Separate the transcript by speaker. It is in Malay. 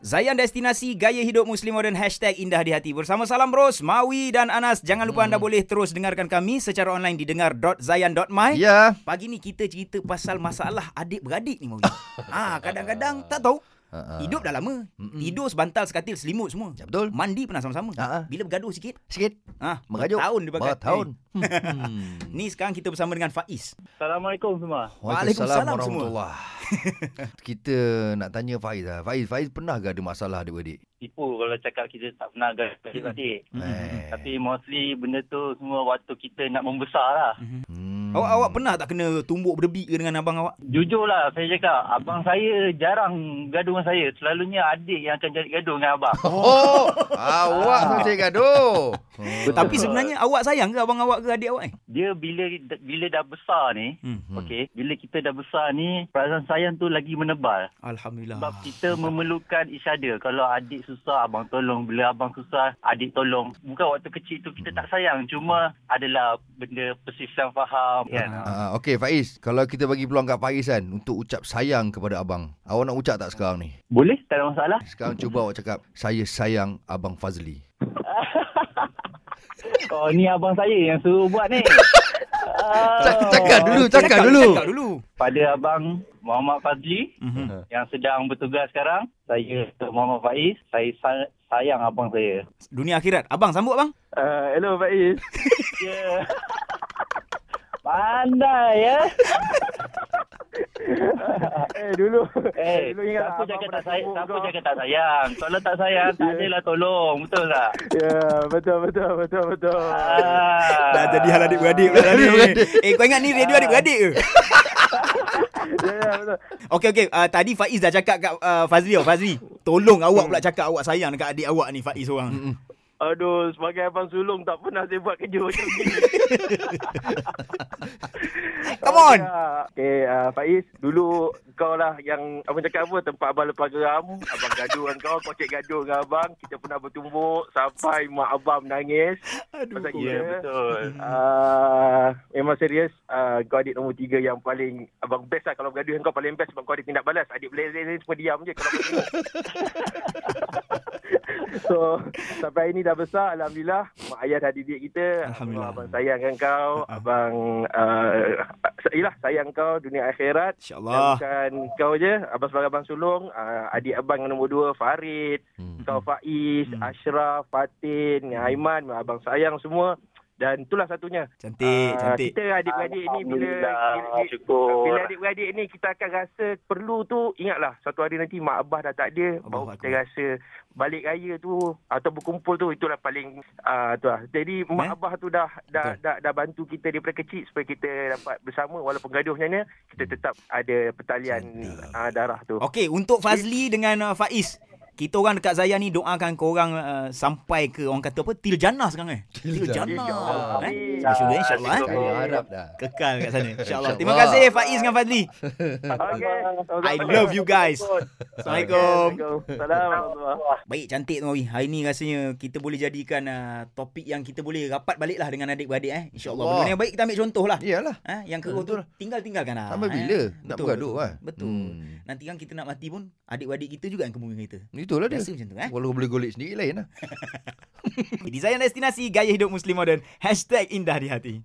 Speaker 1: Zayan Destinasi Gaya Hidup Muslim Modern Hashtag Indah di Hati Bersama Salam Ros, Mawi dan Anas Jangan lupa anda boleh terus dengarkan kami Secara online di dengar.zayan.my
Speaker 2: Ya.
Speaker 1: Pagi ni kita cerita pasal masalah adik-beradik ni Mawi Ah, Kadang-kadang tak tahu
Speaker 2: Ha, ha.
Speaker 1: Hidup dah lama Tidur sebantal sekatil selimut semua
Speaker 2: Ya, betul.
Speaker 1: Mandi pernah sama-sama
Speaker 2: Ha, ha.
Speaker 1: Bila bergaduh sikit
Speaker 2: Sikit. Hmm.
Speaker 1: ah,
Speaker 2: Merajuk.
Speaker 1: Tahun dia pakai
Speaker 2: Bertahun.
Speaker 1: Eh, Ni sekarang kita bersama dengan Faiz
Speaker 3: Assalamualaikum semua.
Speaker 1: Waalaikumsalam semua.
Speaker 2: warahmatullahi. Kita nak tanya Faiz lah. Faiz, Faiz pernah ke ada masalah adik-beradik?
Speaker 3: Tipu kalau cakap kita tak pernah adik-beradik.
Speaker 1: Hmm.
Speaker 2: Eh.
Speaker 3: Tapi mostly benda tu semua waktu kita nak membesar lah.
Speaker 2: Hmm.
Speaker 1: Awak awak pernah tak kena tumbuk berdebi ke dengan abang awak?
Speaker 3: Jujur lah saya cakap, abang saya jarang gaduh dengan saya. Selalunya adik yang akan jadi gaduh dengan abang.
Speaker 2: Oh, awak macam gaduh. Hmm.
Speaker 1: Tapi sebenarnya awak sayang ke abang awak ke adik awak ni?
Speaker 3: Dia bila bila dah besar ni,
Speaker 1: Hmm.
Speaker 3: okey, bila kita dah besar ni, perasaan sayang tu lagi menebal.
Speaker 1: Alhamdulillah.
Speaker 3: Sebab kita memerlukan each other. Kalau adik susah, abang tolong. Bila abang susah, adik tolong. Bukan waktu kecil tu kita tak sayang. Cuma adalah benda persisan faham. Kan?
Speaker 2: Ah, okey Faiz, kalau kita bagi peluang kat Faiz kan untuk ucap sayang kepada abang. Awak nak ucap tak sekarang ni?
Speaker 3: Boleh? Tak ada masalah.
Speaker 2: Sekarang cuba awak cakap, saya sayang abang Fazli.
Speaker 3: Oh, ni abang saya yang suruh buat ni. Oh. Ah,
Speaker 2: Cak- cakap dulu,
Speaker 1: Oh, Cakap,
Speaker 2: cakap dulu.
Speaker 1: Cakap dulu.
Speaker 3: Pada abang Muhammad Fazli
Speaker 1: Mhm.
Speaker 3: yang sedang bertugas sekarang, saya Muhammad Faiz, saya sa- sayang abang saya.
Speaker 1: Dunia akhirat. Abang sambut bang.
Speaker 4: Ah,
Speaker 3: Uh, hello Faiz. Ya. Pandai ya.
Speaker 4: Eh dulu
Speaker 3: Eh,
Speaker 4: dulu ingat
Speaker 3: siapa
Speaker 4: abang
Speaker 3: cakap
Speaker 4: pernah
Speaker 3: tak sayang,
Speaker 4: sibuk
Speaker 3: siapa
Speaker 4: kau.
Speaker 3: cakap tak sayang. Kalau tak sayang, tak adalah tolong. Betul tak?
Speaker 4: Ya betul betul betul betul
Speaker 3: Ah.
Speaker 1: Dah jadi hal adik-beradik pula tadi. eh kau ingat ni radio adik-beradik ke?
Speaker 4: Ya ya betul
Speaker 1: Okey okey, uh, tadi Faiz dah cakap kat uh, Fazli tau. Fazli, tolong awak pula cakap awak sayang dekat adik awak ni Faiz orang.
Speaker 4: Aduh sebagai abang sulung tak pernah saya buat kerja macam ni
Speaker 1: Come on.
Speaker 4: Okay uh, Faiz Dulu kau lah yang Abang cakap apa Tempat abang lepas geram Abang gaduh dengan kau Kau cek gaduh dengan abang Kita pernah bertumbuk Sampai mak abang menangis
Speaker 1: Aduh.
Speaker 4: Pasal
Speaker 3: Ya,
Speaker 4: kita
Speaker 3: betul.
Speaker 4: Uh, memang serius uh, Kau adik nombor tiga yang paling Abang best lah Kalau bergaduh dengan kau paling best Sebab kau ada tindak balas Adik boleh lain semua diam je Kalau kau tengok So Sampai hari ni dah besar Alhamdulillah Mak ayah dah didik kita
Speaker 1: Alhamdulillah.
Speaker 4: Abang sayangkan kau Abang uh, Yelah sayang kau Dunia akhirat
Speaker 1: InsyaAllah.
Speaker 4: Dan Bukan kau je Abang sebagai abang sulung uh, Adik abang yang nombor dua Farid
Speaker 2: Hmm.
Speaker 4: Kau Faiz
Speaker 1: Hmm.
Speaker 4: Ashraf Fatin Aiman Abang sayang semua dan itulah satunya
Speaker 1: Cantik,
Speaker 4: Ah,
Speaker 1: cantik.
Speaker 4: Kita adik-beradik ni bila
Speaker 3: Alhamdulillah,
Speaker 4: bila-
Speaker 3: syukur.
Speaker 4: bila adik-beradik ni kita akan rasa perlu tu ingatlah satu hari nanti mak abah dah tak ada
Speaker 1: Allahu
Speaker 4: baru kita
Speaker 1: Akbar.
Speaker 4: rasa balik raya tu atau berkumpul tu itulah paling uh, tu lah. Jadi mak
Speaker 1: Eh?
Speaker 4: abah tu dah dah,
Speaker 1: Betul.
Speaker 4: dah dah bantu kita daripada kecil supaya kita dapat bersama walaupun gaduh macam mana kita tetap ada pertalian uh, darah tu.
Speaker 1: Okey, untuk Fazli dengan uh, Faiz, kita orang dekat Zayan ni doakan korang uh, sampai ke orang kata apa? Til jannah sekarang eh. Til jannah. Eh?
Speaker 4: Amin.
Speaker 1: InsyaAllah insyaAllah eh.
Speaker 2: Saya harap dah.
Speaker 1: Kekal kat sana. InsyaAllah.
Speaker 2: InsyaAllah.
Speaker 1: Terima kasih Faiz dengan Fazli.
Speaker 4: Okay.
Speaker 1: I love you guys.
Speaker 4: É,
Speaker 1: Assalamualaikum.
Speaker 4: Assalamualaikum.
Speaker 1: Baik cantik tu Mawi. Hari ni rasanya kita boleh jadikan uh, topik yang kita boleh rapat baliklah dengan adik-beradik eh. InsyaAllah.
Speaker 2: Allah.
Speaker 1: Benda yang baik kita ambil contoh lah.
Speaker 2: Iyalah.
Speaker 1: Ha, yang keruh tu
Speaker 2: Betul.
Speaker 1: tinggal-tinggalkan lah.
Speaker 2: Sampai
Speaker 1: eh.
Speaker 2: bila nak
Speaker 1: Betul,
Speaker 2: bergaduh
Speaker 1: betul.
Speaker 2: kan?
Speaker 1: Betul.
Speaker 2: Hmm.
Speaker 1: Nanti kan kita nak mati pun adik-beradik kita juga yang kemungkinan kita.
Speaker 2: Itulah dia.
Speaker 1: Biasa macam tu eh.
Speaker 2: Walau boleh golek sendiri lain lah.
Speaker 1: Desain destinasi gaya hidup muslim moden. Hashtag indah di hati.